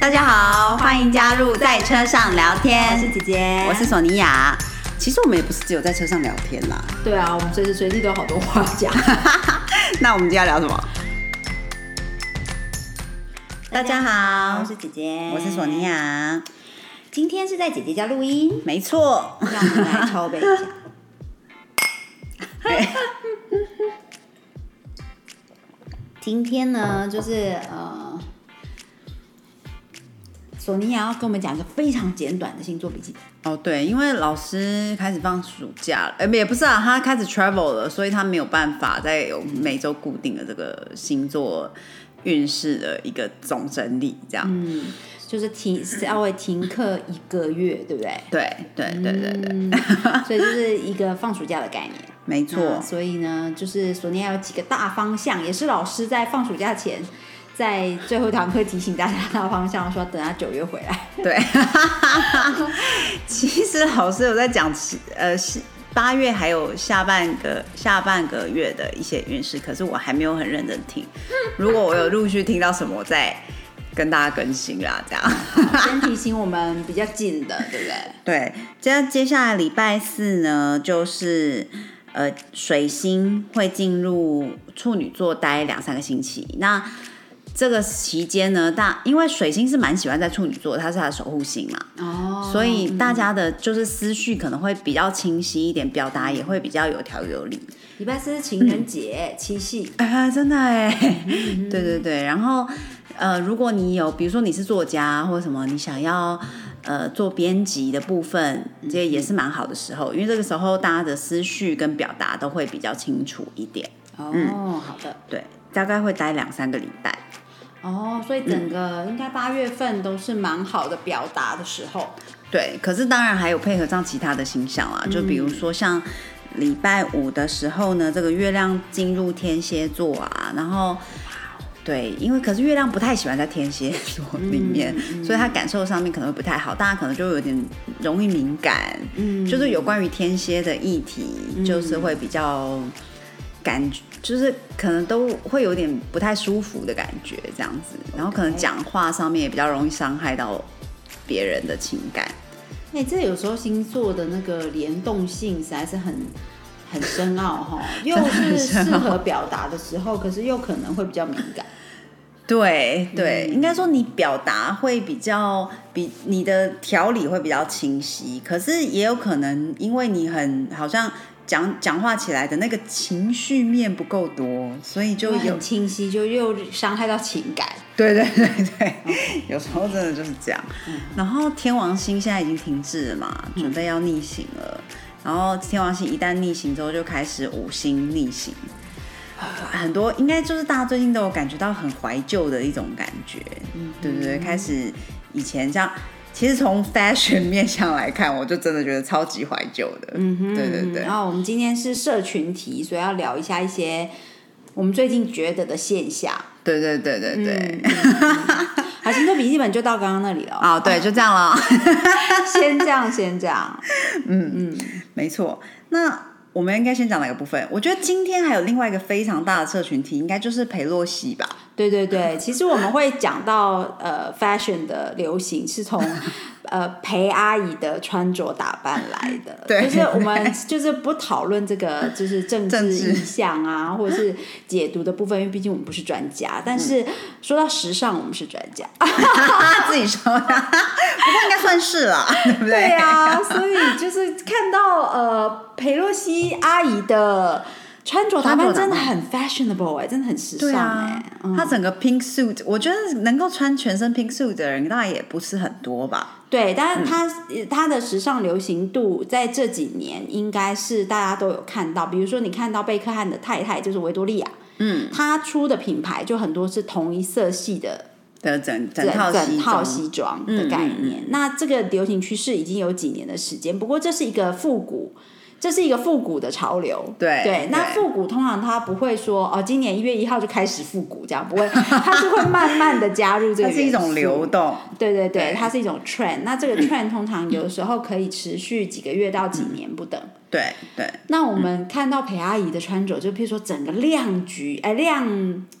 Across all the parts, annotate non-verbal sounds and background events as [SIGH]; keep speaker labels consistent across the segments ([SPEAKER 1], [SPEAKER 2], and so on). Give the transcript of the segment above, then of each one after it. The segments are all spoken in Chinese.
[SPEAKER 1] 大家好，欢迎加入在车上聊天。
[SPEAKER 2] 我是姐姐，
[SPEAKER 1] 我是索尼娅。其实我们也不是只有在车上聊天啦。
[SPEAKER 2] 对啊，我们随时随地都有好多话讲。
[SPEAKER 1] 那我们今天要聊什么？大家好
[SPEAKER 2] 我是姐姐，
[SPEAKER 1] 我是索尼。娅。
[SPEAKER 2] 今天是在姐姐家录音，
[SPEAKER 1] 没错，
[SPEAKER 2] 让我们来筹备一下。 [LAUGHS] 今天呢，就是呃，索尼娅要跟我们讲一个非常简短的星座笔记。
[SPEAKER 1] [LAUGHS] 哦对，因为老师开始放暑假了，哎，也不是啊，他开始 travel 了，所以他没有办法再有每周固定的这个星座运势的一个总整理，这样。
[SPEAKER 2] 嗯，就是停稍微停课一个月，对不对？
[SPEAKER 1] 对对对对对，
[SPEAKER 2] 嗯， [LAUGHS] 所以就是一个放暑假的概念。
[SPEAKER 1] 没错。
[SPEAKER 2] 那所以呢，就是索尼娅有几个大方向，也是老师在放暑假前，在最后一堂课提醒大家的大方向，说等他九月回来。 [LAUGHS]
[SPEAKER 1] 对， [LAUGHS] 其实老师有在讲，呃，是八月还有下半个下半个月的一些运势，可是我还没有很认真听。如果我有陆续听到什么，我再跟大家更新啦。这样，
[SPEAKER 2] 先提醒我们比较近的，对不对？
[SPEAKER 1] [LAUGHS] 对，接接下来礼拜四呢，就是呃，水星会进入处女座待两三个星期。那这个期间呢，大因为水星是蛮喜欢在处女座，它是它的守护星嘛，
[SPEAKER 2] 哦
[SPEAKER 1] 所以大家的就是思绪可能会比较清晰一点，表达也会比较有条有理。
[SPEAKER 2] 礼拜四是情人节，七夕。
[SPEAKER 1] 哎、真的哎， [LAUGHS] 对对对。然后呃，如果你有，比如说你是作家或者什么，你想要呃做编辑的部分，这也是蛮好的时候，因为这个时候大家的思绪跟表达都会比较清楚一点。嗯
[SPEAKER 2] 哦，好的。
[SPEAKER 1] 对，大概会待两三个礼拜。
[SPEAKER 2] 哦，所以整个应该八月份都是蛮好的表达的时候。
[SPEAKER 1] 对，可是当然还有配合上其他的星象啊
[SPEAKER 2] 嗯
[SPEAKER 1] 啦，就比如说像礼拜五的时候呢，这个月亮进入天蝎座啊，然后对，因为可是月亮不太喜欢在天蝎座里
[SPEAKER 2] 嗯
[SPEAKER 1] 面，所以他感受上面可能会不太好，大家可能就有点容易敏感，
[SPEAKER 2] 嗯
[SPEAKER 1] 就是有关于天蝎的议题，就是会比较感觉。就是可能都会有点不太舒服的感觉，这样子，然后可能
[SPEAKER 2] OK
[SPEAKER 1] 讲话上面也比较容易伤害到别人的情感。
[SPEAKER 2] 哎、这有时候星座的那个联动性实在是很很深奥
[SPEAKER 1] [LAUGHS]
[SPEAKER 2] 哈，又是适合表达的时候，可是又可能会比较敏感。
[SPEAKER 1] 对对，应该说你表达会比较比你的条理会比较清晰，可是也有可能因为你很好像讲讲话起来的那个情绪面不够多，所以就
[SPEAKER 2] 就
[SPEAKER 1] 有
[SPEAKER 2] 很清晰，就又伤害到情感。
[SPEAKER 1] [LAUGHS] 对对对对，有时候真的就是这样。然后天王星现在已经停滞了嘛，准备要逆行了。然后天王星一旦逆行之后，就开始五星逆行。很多应该就是大家最近都有感觉到很怀旧的一种感觉，对对对，开始以前像，其实从 fashion 面向来看，我就真的觉得超级怀旧的，对对对
[SPEAKER 2] 嗯然，后我们今天是社群题，所以要聊一下一些我们最近觉得的现象。嗯
[SPEAKER 1] 对对对对对， [LAUGHS]
[SPEAKER 2] 好，星座笔记本就到刚刚那里了。
[SPEAKER 1] 啊、对，就这样了。
[SPEAKER 2] [LAUGHS] 先这样，先这样。
[SPEAKER 1] 没错，那我们应该先讲哪个部分？我觉得今天还有另外一个非常大的社群体，应该就是裴洛西吧？
[SPEAKER 2] 对对对，其实我们会讲到呃，fashion 的流行是从 [LAUGHS] 呃裴阿姨的穿着打扮来的，
[SPEAKER 1] 对
[SPEAKER 2] 就是我们就是不讨论这个就是政
[SPEAKER 1] 政
[SPEAKER 2] 治
[SPEAKER 1] 治
[SPEAKER 2] 意向啊，或者是解读的部分，因为毕竟我们不是专家。但
[SPEAKER 1] 嗯
[SPEAKER 2] 是说到时尚，我们是专家，
[SPEAKER 1] 自己说的， [LAUGHS] 不过应该算是啦，对不对？
[SPEAKER 2] 对啊呀、所以就是看到呃裴洛西阿姨的。穿着打
[SPEAKER 1] 穿着
[SPEAKER 2] 扮
[SPEAKER 1] 打扮
[SPEAKER 2] 真的很 fashionable 哎、真的很时
[SPEAKER 1] 对
[SPEAKER 2] 尚哎、
[SPEAKER 1] 啊，他整个 pink suit，我觉得能够穿全身 pink suit 的人，大概也不是很多吧？
[SPEAKER 2] 对，但
[SPEAKER 1] 嗯
[SPEAKER 2] 是它、呃它的时尚流行度在这几年应该是大家都有看到，比如说你看到贝克汉的太太就是维多利亚，嗯，她出的品牌就很多是同一色系的
[SPEAKER 1] 的整整
[SPEAKER 2] 整
[SPEAKER 1] 套
[SPEAKER 2] 整
[SPEAKER 1] 西装嗯
[SPEAKER 2] 套西装的概念。那这个流行趋势已经有几年的时间，不过这是一个复古。这是一个复古的潮流。
[SPEAKER 1] 对
[SPEAKER 2] 对，
[SPEAKER 1] 对
[SPEAKER 2] 那复古通常它不会说哦，今年一月一号就开始复古这样，不会，它是会慢慢的加入这个
[SPEAKER 1] [LAUGHS] 它是一
[SPEAKER 2] 元素
[SPEAKER 1] 种流动，
[SPEAKER 2] 对对对，
[SPEAKER 1] 对
[SPEAKER 2] 它是一种 trend。那这个
[SPEAKER 1] [COUGHS]
[SPEAKER 2] trend 通常有时候可以持续几个月到几年不等。
[SPEAKER 1] 对对
[SPEAKER 2] 那我们看到裴阿姨的穿着，就譬如说整个亮橘，哎、亮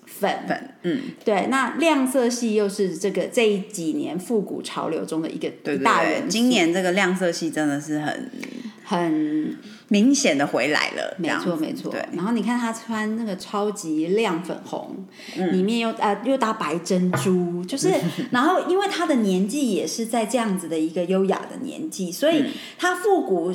[SPEAKER 2] 粉，
[SPEAKER 1] 粉，嗯，
[SPEAKER 2] 对，那亮色系又是这个这几年复古潮流中的一个
[SPEAKER 1] 对对
[SPEAKER 2] 一大
[SPEAKER 1] 对
[SPEAKER 2] 元，素。
[SPEAKER 1] 今年这个亮色系真的是很
[SPEAKER 2] 很
[SPEAKER 1] 明显的回来了，
[SPEAKER 2] 没
[SPEAKER 1] 这样子
[SPEAKER 2] 错没错
[SPEAKER 1] 对，
[SPEAKER 2] 然后你看她穿那个超级亮粉红，
[SPEAKER 1] 嗯
[SPEAKER 2] 里面又呃又搭白珍珠，就是
[SPEAKER 1] [LAUGHS]
[SPEAKER 2] 然后因为她的年纪也是在这样子的一个优雅的年纪，所
[SPEAKER 1] 嗯
[SPEAKER 2] 以她复古。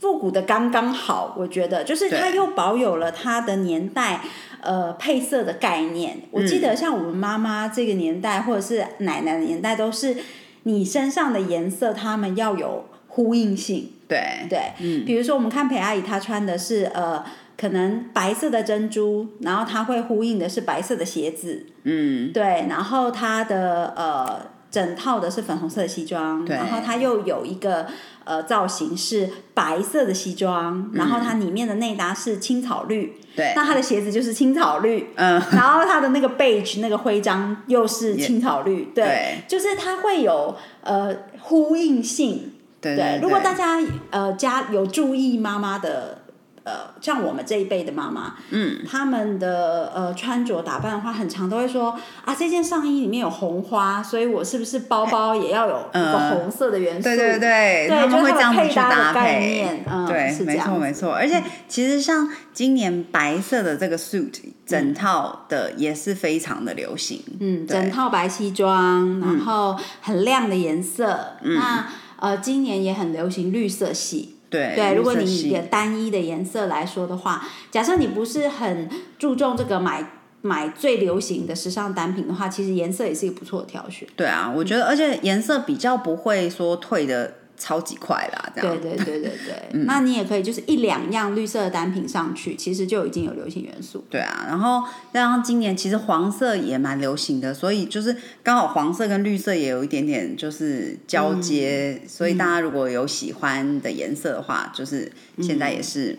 [SPEAKER 2] 复古的刚刚好，我觉得就是
[SPEAKER 1] 对
[SPEAKER 2] 她又保有了她的年代，呃，配色的概念。
[SPEAKER 1] 嗯
[SPEAKER 2] 我记得像我们妈妈这个年代，或者是奶奶的年代，都是你身上的颜色，它们要有呼应性。
[SPEAKER 1] 对
[SPEAKER 2] 对，嗯，比如说我们看裴阿姨，她穿的是呃，可能白色的珍珠，然后它会呼应的是白色的鞋子，
[SPEAKER 1] 嗯，
[SPEAKER 2] 对，然后她的呃整套的是粉红色的西装，
[SPEAKER 1] 对
[SPEAKER 2] 然后它又有一个呃造型是白色的西装，然后它里面的内搭是青草绿，
[SPEAKER 1] 嗯对
[SPEAKER 2] 那她的鞋子就是青草
[SPEAKER 1] [LAUGHS]
[SPEAKER 2] 绿，
[SPEAKER 1] 嗯，
[SPEAKER 2] 然后它的那个 beige 那个徽章又是青草绿，对，
[SPEAKER 1] 对
[SPEAKER 2] 就是它会有呃呼应性。
[SPEAKER 1] 对
[SPEAKER 2] 对
[SPEAKER 1] 对，，
[SPEAKER 2] 如果大家呃家有注意妈妈的呃，像我们这一辈的妈妈，嗯，他们的呃穿着打扮的话，很常都会说啊，这件上衣里面有红花，所以我是不是包包也要有一个
[SPEAKER 1] 呃
[SPEAKER 2] 红色的元素？
[SPEAKER 1] 对对对，
[SPEAKER 2] 对
[SPEAKER 1] 他们
[SPEAKER 2] 就是
[SPEAKER 1] 会这
[SPEAKER 2] 它的
[SPEAKER 1] 样子
[SPEAKER 2] 配
[SPEAKER 1] 去
[SPEAKER 2] 搭的
[SPEAKER 1] 搭
[SPEAKER 2] 概
[SPEAKER 1] 配
[SPEAKER 2] 念嗯
[SPEAKER 1] 对，
[SPEAKER 2] 是
[SPEAKER 1] 没
[SPEAKER 2] 这样嗯
[SPEAKER 1] 错没错。而且其实像今年白色的这个 suit 整套的也是非常的流行，
[SPEAKER 2] 嗯，
[SPEAKER 1] 对嗯
[SPEAKER 2] 整套白西装，然后很亮的颜色。那呃，今年也很流行绿色系。
[SPEAKER 1] 对
[SPEAKER 2] 对，
[SPEAKER 1] 绿
[SPEAKER 2] 如果
[SPEAKER 1] 色
[SPEAKER 2] 你
[SPEAKER 1] 系
[SPEAKER 2] 以单一的颜色来说的话，假设你不是很注重这个买买最流行的时尚单品的话，其实颜色也是一个不错的挑选。
[SPEAKER 1] 对啊，我觉得而且颜色比较不会说退的超级快啦，这样
[SPEAKER 2] 对对对对对，嗯那你也可以就是一两样绿色的单品上去，其实就已经有流行元素。
[SPEAKER 1] 对啊，然后再加上今年其实黄色也蛮流行的，所以就是刚好黄色跟绿色也有一点点就是交接，所
[SPEAKER 2] 嗯
[SPEAKER 1] 以大家如果有喜欢的颜色的话，就是现在也是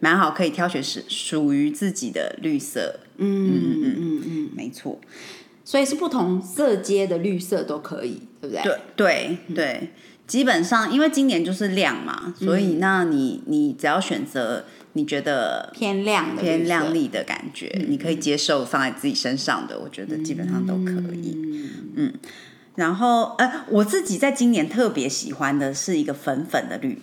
[SPEAKER 1] 蛮好可以挑选是属于自己的绿色，
[SPEAKER 2] 嗯嗯嗯嗯，
[SPEAKER 1] 没错，
[SPEAKER 2] 所以是不同色阶的绿色都可以，对不对？嗯
[SPEAKER 1] 对对对，基本上因为今年就是亮嘛，所
[SPEAKER 2] 嗯
[SPEAKER 1] 以那你你只要选择你觉得
[SPEAKER 2] 偏亮的
[SPEAKER 1] 偏
[SPEAKER 2] 绿色
[SPEAKER 1] 亮丽的感觉，你可以接受放在自己身上的，我觉得基本上都可以。嗯然后呃，我自己在今年特别喜欢的是一个粉粉的绿，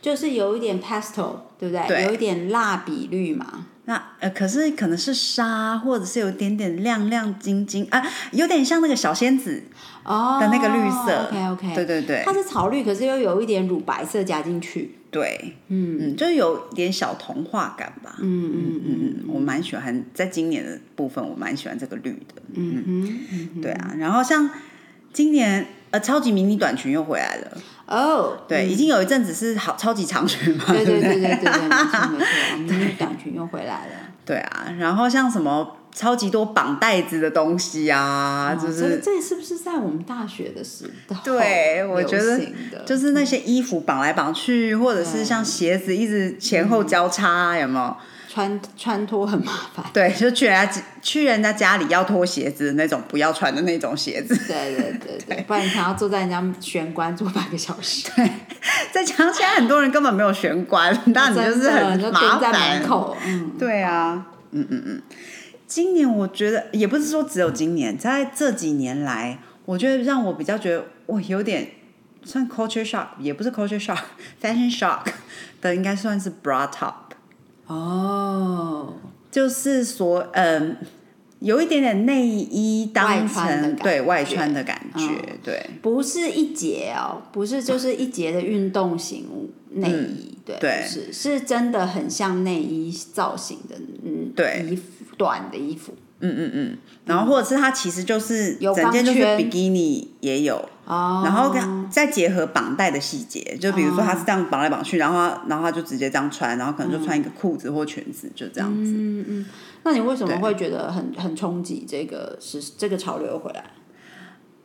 [SPEAKER 2] 就是有一点 pastel，对不对？
[SPEAKER 1] 对
[SPEAKER 2] 有一点蜡笔绿嘛。
[SPEAKER 1] 那呃，可是可能是沙，或者是有点点亮亮晶晶啊、有点像那个小仙子
[SPEAKER 2] 哦
[SPEAKER 1] 的那个绿色。
[SPEAKER 2] OK OK，
[SPEAKER 1] 对对对
[SPEAKER 2] 它是草绿，可是又有一点乳白色加进去。
[SPEAKER 1] 对，嗯嗯，就有点小童话感吧。嗯
[SPEAKER 2] 嗯嗯嗯
[SPEAKER 1] 嗯，我蛮喜欢，在今年的部分，我蛮喜欢这个绿的。
[SPEAKER 2] 嗯哼嗯哼，
[SPEAKER 1] 对啊，然后像今年呃，超级迷你短裙又回来了。
[SPEAKER 2] 哦，
[SPEAKER 1] 对，已经有一阵子是好超级长裙嘛，
[SPEAKER 2] 对
[SPEAKER 1] 嗯对不
[SPEAKER 2] 对对
[SPEAKER 1] 对
[SPEAKER 2] 对对对，没错没错，迷你短裙又 [LAUGHS] 回来了。
[SPEAKER 1] [LAUGHS] 对啊，然后像什么超级多绑带子的东西啊，就
[SPEAKER 2] 哦这个
[SPEAKER 1] 是
[SPEAKER 2] 这是不是在我们大学的时候？
[SPEAKER 1] 对我觉得就是是那些衣服绑来绑去，或者是像鞋子一直前后交叉，有没
[SPEAKER 2] 嗯
[SPEAKER 1] 有？
[SPEAKER 2] 穿穿脱很麻
[SPEAKER 1] [LAUGHS]
[SPEAKER 2] 烦。
[SPEAKER 1] 对，就去人家去人家家里要脱鞋子的那种，不要穿的那种鞋子。 [LAUGHS]
[SPEAKER 2] 对对对对，不然你想要坐在人家玄关坐半个小
[SPEAKER 1] [LAUGHS]
[SPEAKER 2] 时，
[SPEAKER 1] 再加上现在很多人根本没有玄关，那你就
[SPEAKER 2] 哦真
[SPEAKER 1] 是
[SPEAKER 2] 的
[SPEAKER 1] 很
[SPEAKER 2] 你就
[SPEAKER 1] 麻
[SPEAKER 2] 蹲在
[SPEAKER 1] 烦。
[SPEAKER 2] 门口，嗯，
[SPEAKER 1] 对啊，嗯嗯嗯。今年我觉得也不是说只有今年，在这几年来，我觉得让我比较觉得我有点算 culture shock，也 [LAUGHS] 不是 culture shock，fashion shock 的应该算是 bra top，
[SPEAKER 2] 哦，
[SPEAKER 1] 就是所嗯、有一点点内衣当
[SPEAKER 2] 外穿的
[SPEAKER 1] 成
[SPEAKER 2] 感觉
[SPEAKER 1] 对外穿的感觉，
[SPEAKER 2] 嗯
[SPEAKER 1] 对
[SPEAKER 2] 不是一节哦，不是就是一节的运动型内衣，对，
[SPEAKER 1] 嗯对
[SPEAKER 2] 不是是真的很像内衣造型的，嗯，
[SPEAKER 1] 对
[SPEAKER 2] 衣服短的衣服
[SPEAKER 1] 然后或者是它其实就是
[SPEAKER 2] 有
[SPEAKER 1] 整件就是
[SPEAKER 2] 钢圈
[SPEAKER 1] bikini 也有，
[SPEAKER 2] 哦，
[SPEAKER 1] 然后跟再结合绑带的细节，就比如说他是这样绑来绑去，然后他然后他就直接这样穿，然后可能就穿一个裤子或裙子，就这样子。
[SPEAKER 2] 那你为什么会觉得很很冲击这个是这个潮流回来？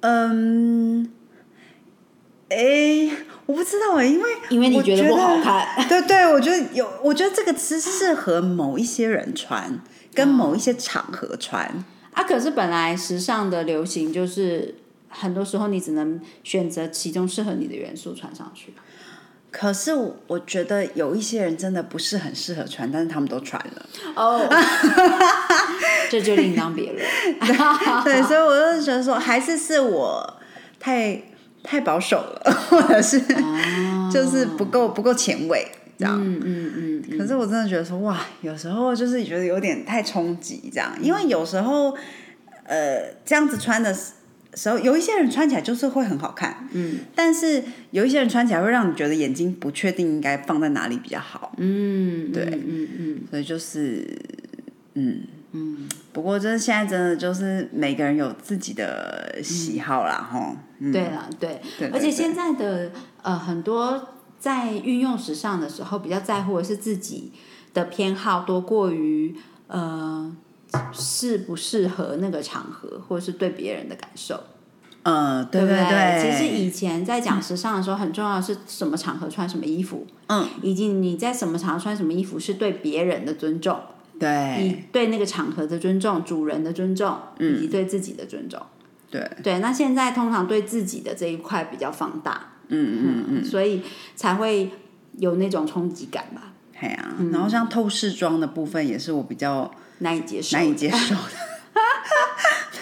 [SPEAKER 1] 嗯，哎、我不知道哎、因为 [LAUGHS]
[SPEAKER 2] 因为你
[SPEAKER 1] 我
[SPEAKER 2] 觉
[SPEAKER 1] 觉
[SPEAKER 2] 得不好看。 [LAUGHS]
[SPEAKER 1] 对对，我觉得有，我觉得这个是适合某一些人穿，跟某一些场合穿。
[SPEAKER 2] 啊，可是本来时尚的流行就是很多时候你只能选择其中适合你的元素穿上去。
[SPEAKER 1] 可是我我觉得有一些人真的不是很适合穿，但是他们都穿了。
[SPEAKER 2] [LAUGHS] 哦，这就另当别论。
[SPEAKER 1] 对，所以我就觉得说，还是是我太太保守了， [LAUGHS] 或者是、就是不够不够前卫这样。
[SPEAKER 2] 嗯嗯嗯嗯，
[SPEAKER 1] 可是我真的觉得说，哇，有时候就是觉得有点太冲击这样，因为有时候，呃，这样子穿的时候，有一些人穿起来就是会很好看，嗯，但是有一些人穿起来会让你觉得眼睛不确定应该放在哪里比较好，
[SPEAKER 2] 嗯，对，嗯嗯，
[SPEAKER 1] 所以就是，嗯嗯。不过，真的现在真的就是每个人有自己的喜好啦，吼、嗯，
[SPEAKER 2] 对了，对，
[SPEAKER 1] 对对
[SPEAKER 2] 而且
[SPEAKER 1] 对
[SPEAKER 2] 现在的呃很多在运用时尚的时候，比较在乎的是自己的偏好多过于呃适不适合那个场合，或者是对别人的感受。
[SPEAKER 1] 嗯、对
[SPEAKER 2] 对
[SPEAKER 1] 对
[SPEAKER 2] 其实以前在讲时尚的时候，很重要的是什么场合穿什么衣服，
[SPEAKER 1] 嗯，
[SPEAKER 2] 以及你在什么场合穿什么衣服是对别人的尊重，
[SPEAKER 1] 对
[SPEAKER 2] 你对那个场合的尊重、主人的尊重，以及对自己的尊重。
[SPEAKER 1] 嗯对，
[SPEAKER 2] 对，那现在通常对自己的这一块比较放大，
[SPEAKER 1] 嗯嗯嗯，
[SPEAKER 2] 所以才会有那种冲击感吧，
[SPEAKER 1] 嘿啊。
[SPEAKER 2] 嗯
[SPEAKER 1] 然后像透视妆的部分也是我比较
[SPEAKER 2] 难以接受。
[SPEAKER 1] 难以接受的。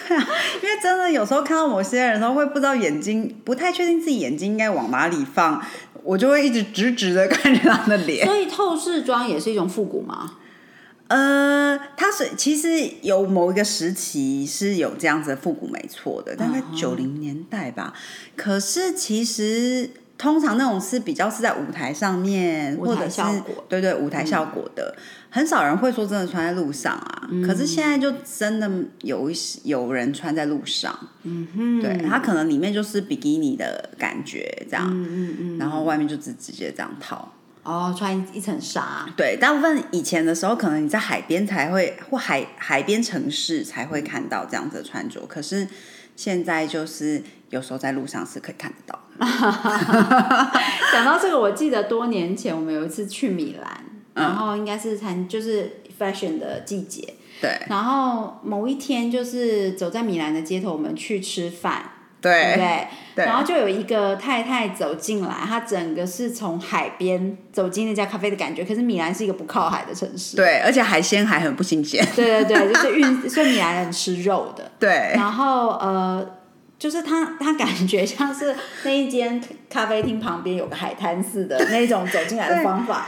[SPEAKER 1] 对啊，因为真的 [LAUGHS] 有时候看到某些人，然后会不知道眼睛，不太确定自己眼睛应该往哪里放，我就会一直直直的看着他的脸。
[SPEAKER 2] 所以透视妆也是一种复古嘛，
[SPEAKER 1] 呃，它是其实有某一个时期是有这样子的复古，没错的，大概九零年代吧。可是其实通常那种是比较是在舞台嗯上面，
[SPEAKER 2] 舞台
[SPEAKER 1] 或者是
[SPEAKER 2] 效果
[SPEAKER 1] 对对舞台效果的，很少人会说真的穿在路上啊。可是现在就真的有一些有人穿在路上，嗯哼，对，它可能里面就是比基尼的感觉这样，嗯嗯嗯，然后外面就直直接这样套。
[SPEAKER 2] 哦，穿一层纱，
[SPEAKER 1] 对，大部分以前的时候，可能你在海边才会，或海海边城市才会看到这样子的穿着。可是现在就是有时候在路上是可以看得到的。
[SPEAKER 2] 讲到这个，我记得多年前我们有一次去米兰，
[SPEAKER 1] 嗯
[SPEAKER 2] 然后应该是参就是 fashion 的季节，
[SPEAKER 1] 对
[SPEAKER 2] 然后某一天就是走在米兰的街头，我们去吃饭，对
[SPEAKER 1] 对
[SPEAKER 2] 不对？
[SPEAKER 1] 对
[SPEAKER 2] 然后就有一个太太走进来，她整个是从海边走进那家咖啡的感觉。可是米兰是一个不靠海的城市，
[SPEAKER 1] 对，而且海鲜还很不新鲜。 [LAUGHS]
[SPEAKER 2] 对对对，就是运，所以米兰人吃肉的。
[SPEAKER 1] 对
[SPEAKER 2] 然后呃，就是他他感觉像是那一间咖啡厅旁边有个海滩似的那种走进来的
[SPEAKER 1] [LAUGHS]
[SPEAKER 2] 方法，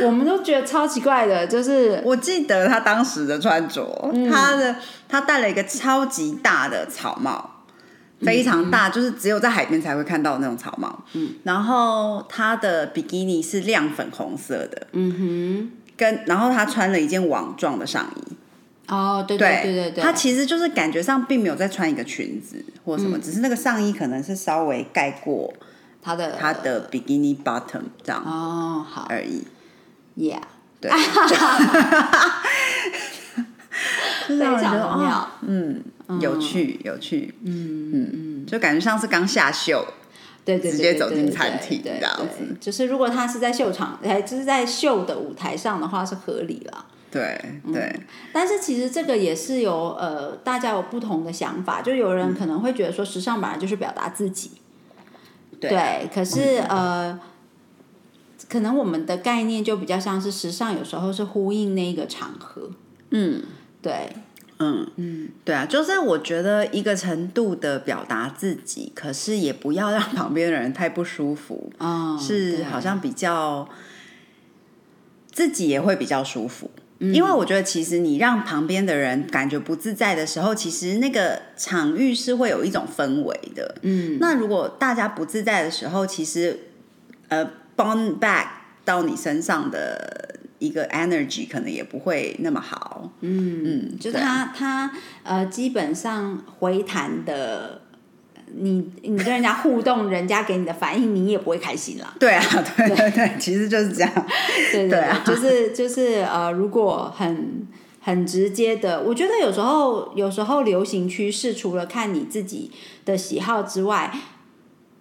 [SPEAKER 2] 我们都觉得超奇怪的，就是
[SPEAKER 1] 我记得他当时的穿着，他的他戴了一个超级大的草帽，非常大，就是只有在海边才会看到那种草帽。嗯，然后他的比基尼是亮粉红色的，嗯哼，跟然后他穿了一件网状的上衣。
[SPEAKER 2] 哦，对对对对对，
[SPEAKER 1] 它其实就是感觉上并没有在穿一个裙子或什
[SPEAKER 2] 嗯
[SPEAKER 1] 么，只是那个上衣可能是稍微盖过
[SPEAKER 2] 他的
[SPEAKER 1] 它的比基尼 bottom 这样
[SPEAKER 2] 哦好
[SPEAKER 1] 而已。
[SPEAKER 2] ，Yeah， [LAUGHS]
[SPEAKER 1] 对，让人觉
[SPEAKER 2] 非常
[SPEAKER 1] 得
[SPEAKER 2] 的妙。
[SPEAKER 1] 哦嗯，有趣有趣，嗯嗯，就感觉像是刚下秀，
[SPEAKER 2] 对对，对
[SPEAKER 1] 直接
[SPEAKER 2] 对
[SPEAKER 1] 走
[SPEAKER 2] 对
[SPEAKER 1] 进
[SPEAKER 2] 对
[SPEAKER 1] 餐
[SPEAKER 2] 对
[SPEAKER 1] 厅
[SPEAKER 2] 对
[SPEAKER 1] 这样
[SPEAKER 2] 对
[SPEAKER 1] 子
[SPEAKER 2] 就是如果他是在秀场，哎，就是在秀的舞台上的话是合理了。
[SPEAKER 1] 对
[SPEAKER 2] 嗯
[SPEAKER 1] 对
[SPEAKER 2] 但是其实这个也是有呃，大家有不同的想法，就有
[SPEAKER 1] 嗯
[SPEAKER 2] 人可能会觉得说时尚本来就是表达自己，
[SPEAKER 1] 对啊嗯
[SPEAKER 2] 对，可是呃，可能我们的概念就比较像是时尚，有时候是呼应那个场合，
[SPEAKER 1] 嗯
[SPEAKER 2] 对，
[SPEAKER 1] 嗯嗯，对啊，就是我觉得一个程度的表达自己，可是也不要让旁边的人太不舒服，
[SPEAKER 2] 嗯，
[SPEAKER 1] 是
[SPEAKER 2] 对
[SPEAKER 1] 好像比较自己也会比较舒服。因为我觉得，其实你让旁边的人感觉不自在的时候，其实那个场域是会有一种氛围的。嗯，那如果大家不自在的时候，其实呃，bond back 到你身上的一个 energy 可能也不会那么好。嗯嗯，
[SPEAKER 2] 就是
[SPEAKER 1] 对
[SPEAKER 2] 他他呃，基本上回弹的，你你跟人家互动，人家给你的反应，你也不会开心啦。
[SPEAKER 1] 对啊，对对对，其实就是这样。
[SPEAKER 2] [LAUGHS] 对
[SPEAKER 1] 对
[SPEAKER 2] 对，
[SPEAKER 1] 啊
[SPEAKER 2] 就是就是呃，如果很很直接的，我觉得有时候有时候流行趋势除了看你自己的喜好之外，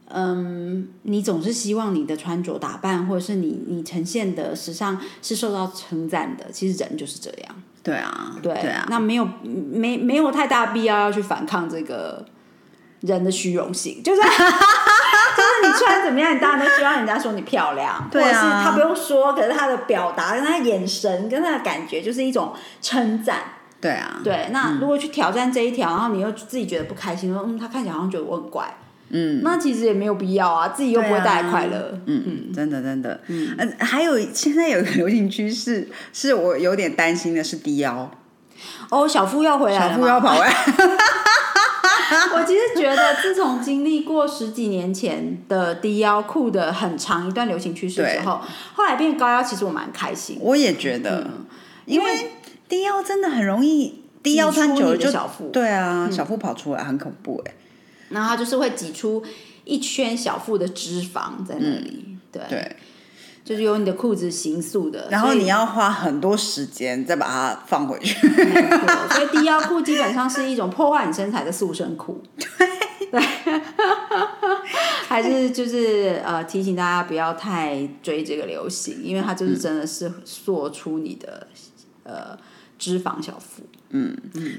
[SPEAKER 2] 嗯，你总是希望你的穿着打扮，或者是你你呈现的时尚是受到称赞的。其实人就是这样，
[SPEAKER 1] 对啊，
[SPEAKER 2] 对，
[SPEAKER 1] 对啊，
[SPEAKER 2] 那没有没没有太大必要要去反抗这个人的虚荣心， [LAUGHS] 就是就是你穿怎么样，你当然都希望人家说你漂亮，
[SPEAKER 1] 对啊
[SPEAKER 2] 或者是他不用说，可是他的表达、跟他的眼神、跟他的感觉，就是一种称赞。嗯
[SPEAKER 1] 对啊，
[SPEAKER 2] 对，那如果去挑战这一条，然后你又自己觉得不开心，说嗯，他看起来好像觉得我很怪，嗯，啊那其实也没有必要啊，自己又不会带来快乐，
[SPEAKER 1] 嗯，真的真的，嗯，呃、还有现在有一个流行趋势，是我有点担心的是低腰，
[SPEAKER 2] 哦，小腹要回来
[SPEAKER 1] 小
[SPEAKER 2] 了
[SPEAKER 1] 腹
[SPEAKER 2] 吗
[SPEAKER 1] 腰
[SPEAKER 2] [LAUGHS]
[SPEAKER 1] 跑哎，
[SPEAKER 2] 我其实觉得，自从经历过十几年前的低腰裤的很长一段流行趋势之后，后来变高腰，其实我蛮开心。
[SPEAKER 1] 我也觉得，
[SPEAKER 2] 嗯
[SPEAKER 1] 因为低腰真的很容易，低腰穿久了
[SPEAKER 2] 挤出
[SPEAKER 1] 就
[SPEAKER 2] 你的小腹嗯
[SPEAKER 1] 对啊，小腹跑出来很恐怖哎、
[SPEAKER 2] 然后它就是会挤出一圈小腹的脂肪在那里，对，
[SPEAKER 1] 嗯对，
[SPEAKER 2] 就是由你的裤子形塑的。
[SPEAKER 1] 然后
[SPEAKER 2] 所以
[SPEAKER 1] 你要花很多时间再把它放回去，
[SPEAKER 2] 没错，所以低腰裤基本上是一种破坏你身材的塑身裤。对，还是就是呃提醒大家不要太追这个流行，因为它就是真的是塑出你的、呃脂肪小腹。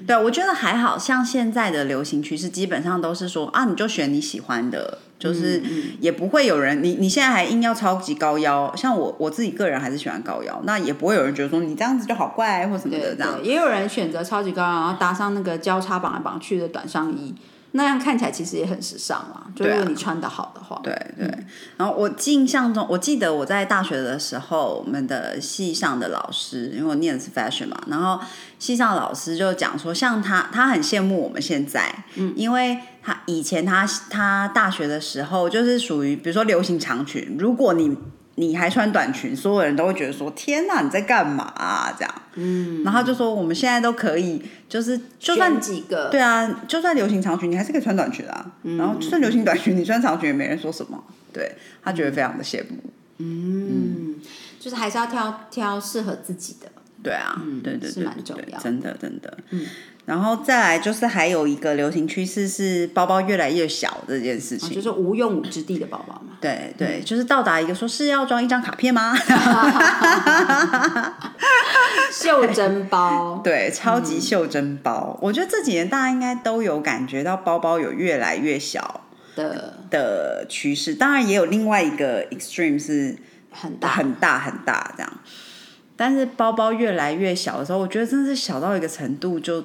[SPEAKER 1] 对，我觉得还好像现在的流行趋势基本上都是说啊，你就选你喜欢的，就是也不会有人你你现在还硬要超级高腰，像我我自己个人还是喜欢高腰，那也不会有人觉得说你这样子就好怪或什么
[SPEAKER 2] 对
[SPEAKER 1] 的这样
[SPEAKER 2] 对，。也有人选择超级高，然后搭上那个交叉绑来绑去的短上衣，那样看起来其实也很时尚嘛。就
[SPEAKER 1] 对
[SPEAKER 2] 如
[SPEAKER 1] 啊
[SPEAKER 2] 果你穿的好的话，
[SPEAKER 1] 对对，然后我印象中，我记得我在大学的时候，我们的系上的老师，因为我念的是 fashion 嘛，然后系上的老师就讲说，像他，他很羡慕我们现在，嗯，因为他以前他他大学的时候就是属于，比如说流行长裙，如果你你还穿短裙，所有人都会觉得说，天哪，你在干嘛、啊、这样，嗯，然后他就说我们现在都可以，就是就算
[SPEAKER 2] 选几个嗯
[SPEAKER 1] 对啊，就算流行长裙，你还是可以穿短裙啊。然后就算流行短裙，你穿长裙也没人说什么。对他
[SPEAKER 2] 嗯
[SPEAKER 1] 觉得非常的羡慕。
[SPEAKER 2] 就是还是要挑挑适合自己的。
[SPEAKER 1] 对啊，对对对
[SPEAKER 2] 嗯是蛮
[SPEAKER 1] 对
[SPEAKER 2] 重
[SPEAKER 1] 对
[SPEAKER 2] 要
[SPEAKER 1] 真的真的。嗯，然后再来就是还有一个流行趋势是包包越来越小这件事情。
[SPEAKER 2] 哦就是嗯无用武之地的宝宝嘛，
[SPEAKER 1] 对对，就是到达一个说是要装一张卡片吗？ [LAUGHS]
[SPEAKER 2] 袖珍包，
[SPEAKER 1] [LAUGHS] 对，超级袖珍包。我觉得这几年大家应该都有感觉到包包有越来越小
[SPEAKER 2] 的
[SPEAKER 1] 的趋势，当然也有另外一个 extreme 是
[SPEAKER 2] 很大，
[SPEAKER 1] 很大很大这样。但是包包越来越小的时候，我觉得真的是小到一个程度，就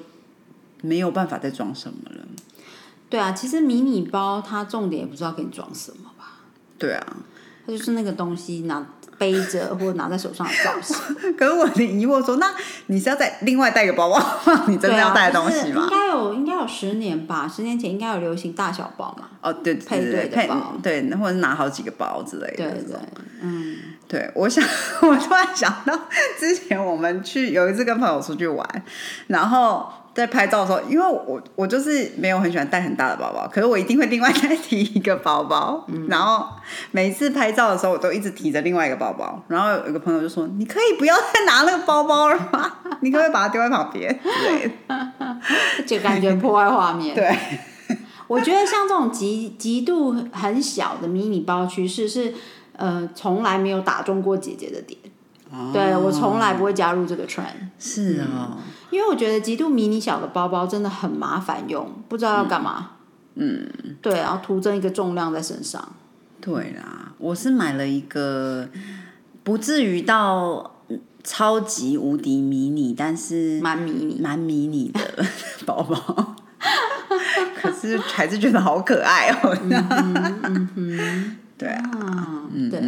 [SPEAKER 1] 没有办法再装什么了。
[SPEAKER 2] 对啊，其实迷你包它重点也不知道给你装什么吧，
[SPEAKER 1] 对啊，
[SPEAKER 2] 它就是那个东西拿背着或拿在手上的造型，
[SPEAKER 1] 可是我的疑惑说，那你是要再另外带一个包包放 [LAUGHS] 你真
[SPEAKER 2] 对
[SPEAKER 1] 的要
[SPEAKER 2] 啊，
[SPEAKER 1] 带的东
[SPEAKER 2] 就是
[SPEAKER 1] 西吗
[SPEAKER 2] 应？该有应该有十年吧，十年前应该有流行大小包嘛，
[SPEAKER 1] [LAUGHS] 哦，对对
[SPEAKER 2] 配
[SPEAKER 1] 对
[SPEAKER 2] 对的
[SPEAKER 1] 配
[SPEAKER 2] 包
[SPEAKER 1] 对，或者拿好几个包之类的。
[SPEAKER 2] 对对，嗯，
[SPEAKER 1] 对，我想， [LAUGHS] 我突然想到之前我们去有一次跟朋友出去玩，然后在拍照的时候，因为我我就是没有很喜欢带很大的包包，可是我一定会另外再提一个包包。然后每次拍照的时候，我都一直提着另外一个包包。然后有个朋友就说：“你可以不要再拿那个包包了吗？ [LAUGHS] 你可不可以把它丢在旁边？”之类的。
[SPEAKER 2] 就感觉破坏画
[SPEAKER 1] [LAUGHS]
[SPEAKER 2] 面。
[SPEAKER 1] 对，
[SPEAKER 2] [LAUGHS] 我觉得像这种极极度很小的迷你包趋势是，呃，从来没有打中过姐姐的点。
[SPEAKER 1] 哦
[SPEAKER 2] 对我从来不会加入这个 trend，
[SPEAKER 1] 是哦，
[SPEAKER 2] 因为我觉得极度迷你小的包包真的很麻烦用，不知道要干嘛。嗯，对，然后徒增一个重量在身上。
[SPEAKER 1] 对啦，我是买了一个不至于到嗯超级无敌迷你，但是
[SPEAKER 2] 蛮迷你
[SPEAKER 1] 蛮迷你的包包，可是还是觉得好可爱哦。
[SPEAKER 2] 嗯
[SPEAKER 1] 对啊，嗯
[SPEAKER 2] 啊，对，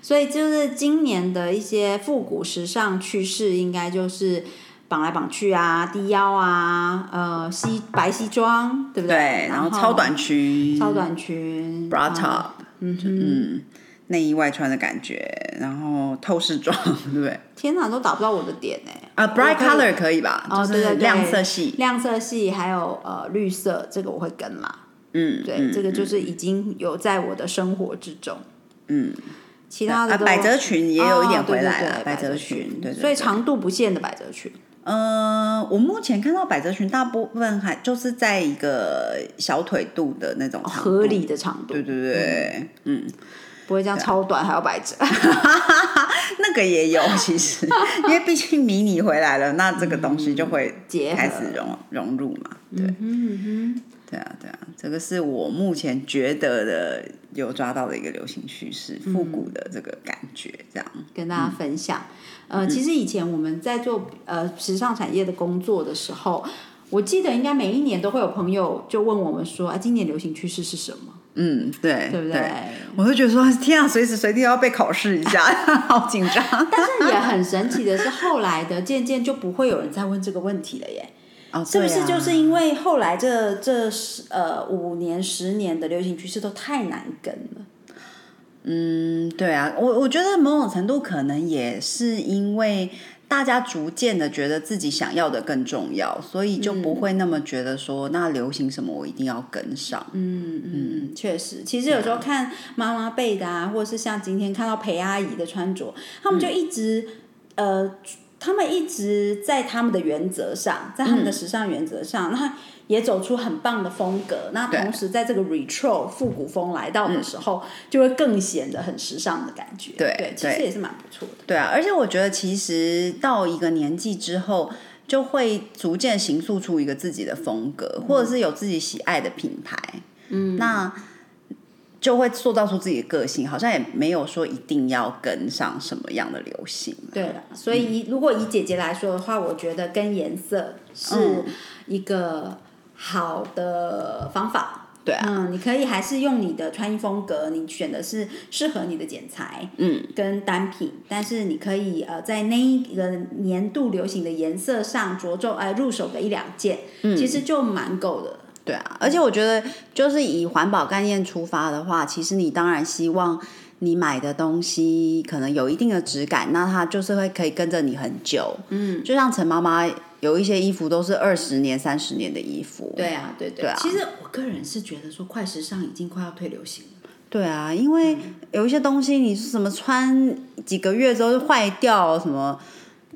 [SPEAKER 2] 所以就是今年的一些复古时尚趋势，应该就是绑来绑去啊，低腰啊，呃，西白西装，对不
[SPEAKER 1] 对，
[SPEAKER 2] 然
[SPEAKER 1] [LAUGHS] 然后超短裙、
[SPEAKER 2] 超短裙
[SPEAKER 1] bra
[SPEAKER 2] 嗯
[SPEAKER 1] top，嗯嗯，内衣外穿的感觉，然后透视装，对不对？
[SPEAKER 2] 天哪，都打不到我的点哎、
[SPEAKER 1] 啊，bright
[SPEAKER 2] 我可以
[SPEAKER 1] color 可以吧？
[SPEAKER 2] 哦，
[SPEAKER 1] 就
[SPEAKER 2] 对
[SPEAKER 1] 是
[SPEAKER 2] 对对
[SPEAKER 1] 亮色系，
[SPEAKER 2] 亮色系还有呃绿色，这个我会跟嘛。
[SPEAKER 1] 嗯，
[SPEAKER 2] 对，
[SPEAKER 1] 嗯
[SPEAKER 2] 这个就是已经有在我的生活之中。
[SPEAKER 1] 嗯，
[SPEAKER 2] 其他的
[SPEAKER 1] 啊，
[SPEAKER 2] 都
[SPEAKER 1] 百褶裙也有一点
[SPEAKER 2] 哦对
[SPEAKER 1] 回来
[SPEAKER 2] 对
[SPEAKER 1] 了，
[SPEAKER 2] 对
[SPEAKER 1] 百褶
[SPEAKER 2] 裙，
[SPEAKER 1] 对对，
[SPEAKER 2] 所以
[SPEAKER 1] 对
[SPEAKER 2] 长度不限的百褶裙，
[SPEAKER 1] 呃，我目前看到百褶裙大部分还就是在一个小腿肚的那种长度
[SPEAKER 2] 哦合理的长度
[SPEAKER 1] 对，对对，嗯，
[SPEAKER 2] 不会这样超短还要摆着。
[SPEAKER 1] 那个也
[SPEAKER 2] [LAUGHS]
[SPEAKER 1] 有其实，因为毕竟迷你回来了，那这个东西就会
[SPEAKER 2] 结合
[SPEAKER 1] 开始融融入嘛，对，
[SPEAKER 2] 嗯
[SPEAKER 1] 对啊，对啊，这个是我目前觉得的有抓到的一个流行趋势，
[SPEAKER 2] 嗯
[SPEAKER 1] 复古的这个感觉，这样，
[SPEAKER 2] 哼，跟大家分享。
[SPEAKER 1] 嗯
[SPEAKER 2] 呃，其实以前我们在做呃时尚产业的工作的时候，我记得应该每一年都会有朋友就问我们说啊，今年流行趋势是什么？
[SPEAKER 1] 嗯，对，
[SPEAKER 2] 对不对？
[SPEAKER 1] 对？我就觉得说，天啊，随时随地都要被考试
[SPEAKER 2] [LAUGHS]
[SPEAKER 1] 一下，好紧张。
[SPEAKER 2] 但是也很神奇的是，后来的渐渐就不会有人再问这个问题了耶。
[SPEAKER 1] 哦
[SPEAKER 2] 是不
[SPEAKER 1] 对
[SPEAKER 2] 是
[SPEAKER 1] 啊
[SPEAKER 2] 就是因为后来这这十呃五年十年的流行趋势都太难跟了？
[SPEAKER 1] 嗯，对啊，我我觉得某种程度可能也是因为大家逐渐的觉得自己想要的更重要，所以就不会那么觉得说、那流行什么我一定要跟上。
[SPEAKER 2] 嗯嗯，确实，其实有时候看妈妈辈的啊，或者是像今天看到裴阿姨的穿着，他们就一直、呃，他们一直在他们的原则上，在他们的时尚原则上，那、也走出很棒的风格。那同时在这个 retro 复古风来到的时候，就会更显得很时尚的感觉。
[SPEAKER 1] 对
[SPEAKER 2] 嗯对，其实
[SPEAKER 1] 对
[SPEAKER 2] 也是蛮不错的。
[SPEAKER 1] 对啊，而且我觉得其实到一个年纪之后，就会逐渐形塑出一个自己的风格，或者是有自己喜爱的品牌。嗯，那就会塑造出自己的个性，好像也没有说一定要跟上什么样的流行。
[SPEAKER 2] 对了，所以以如果以姐姐来说的话，我觉得跟颜色是一个好的方法。
[SPEAKER 1] 对啊
[SPEAKER 2] 嗯，你可以还是用你的穿衣风格，你选的是适合你的剪裁，
[SPEAKER 1] 嗯，
[SPEAKER 2] 跟单品，但是你可以呃在那一个年度流行的颜色上着重呃入手个一两件，其实就蛮够的了。
[SPEAKER 1] 对啊，而且我觉得，就是以环保概念出发的话，其实你当然希望你买的东西可能有一定的质感，那它就是会可以跟着你很久。嗯，就像陈妈妈有一些衣服都是二十年、三十年的衣服。
[SPEAKER 2] 对啊，对对
[SPEAKER 1] 对啊
[SPEAKER 2] 其实我个人是觉得说，快时尚已经快要退流行了。
[SPEAKER 1] 对啊，因为
[SPEAKER 2] 嗯
[SPEAKER 1] 有一些东西你是什么穿几个月之后就坏掉，什么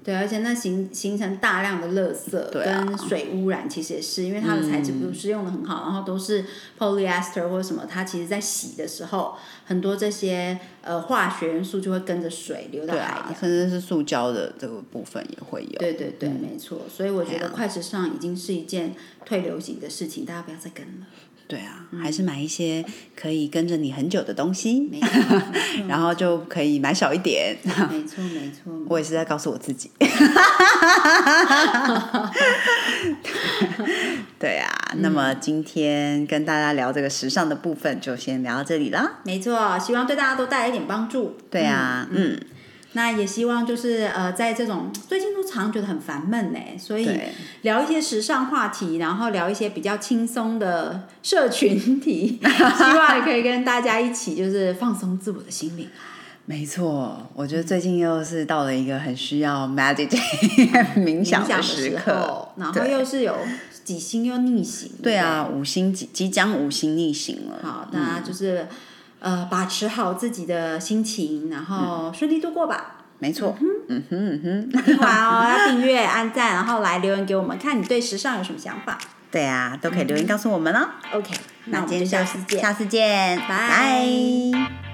[SPEAKER 2] 对，而且那形形成大量的垃圾
[SPEAKER 1] 对啊嗯
[SPEAKER 2] 跟水污染，其实也是因为它的材质不是用的很好，然后都是 polyester 或者什么，它其实在洗的时候，很多这些呃化学元素就会跟着水流到
[SPEAKER 1] 对
[SPEAKER 2] 海
[SPEAKER 1] 啊
[SPEAKER 2] 洋。，
[SPEAKER 1] 甚至是塑胶的这个部分也会有。
[SPEAKER 2] 对对对，没错。所以我
[SPEAKER 1] 啊
[SPEAKER 2] 觉得快时尚已经是一件退流行的事情，大家不要再跟了。
[SPEAKER 1] 对啊，
[SPEAKER 2] 嗯
[SPEAKER 1] 还是买一些可以跟着你很久的东西，
[SPEAKER 2] 没错，
[SPEAKER 1] [LAUGHS] 然后就可以买少一点。 [LAUGHS]
[SPEAKER 2] 没错，没错。没错
[SPEAKER 1] 我也是在告诉我自己。 [LAUGHS] 对啊，那么今天跟大家聊这个时尚的部分，就先聊到这里啦。
[SPEAKER 2] 没错，希望对大家都带来一点帮助。
[SPEAKER 1] 对啊，嗯，
[SPEAKER 2] 那也希望就是呃，在这种最近都常觉得很烦闷呢，所以
[SPEAKER 1] 对
[SPEAKER 2] 聊一些时尚话题，然后聊一些比较轻松的社群 [LAUGHS] 题，希望可以跟大家一起就是放松自我的心灵。
[SPEAKER 1] 没错，我觉得最近又是到了一个很需要 [LAUGHS] meditate 冥
[SPEAKER 2] 啊冥
[SPEAKER 1] 想
[SPEAKER 2] 想的
[SPEAKER 1] 时
[SPEAKER 2] 时
[SPEAKER 1] 刻
[SPEAKER 2] 候，，然后
[SPEAKER 1] 对
[SPEAKER 2] 又是有几星又逆行，
[SPEAKER 1] 对啊，五星即即将五星逆行了。
[SPEAKER 2] 好，那
[SPEAKER 1] 嗯
[SPEAKER 2] 就是、呃，把持好自己的心情，然
[SPEAKER 1] 嗯
[SPEAKER 2] 后顺利度过吧。
[SPEAKER 1] 没错，嗯哼嗯哼，
[SPEAKER 2] 听完哦，要订阅、按赞，然后来留言给我们，看你对时尚有什么想
[SPEAKER 1] [LAUGHS]
[SPEAKER 2] 法。
[SPEAKER 1] 对啊，都可以留言告诉我们哦。
[SPEAKER 2] OK，那
[SPEAKER 1] 那
[SPEAKER 2] 我
[SPEAKER 1] 今
[SPEAKER 2] 们
[SPEAKER 1] 天
[SPEAKER 2] 就下
[SPEAKER 1] 就
[SPEAKER 2] 次见。
[SPEAKER 1] 下次见，
[SPEAKER 2] 拜
[SPEAKER 1] 拜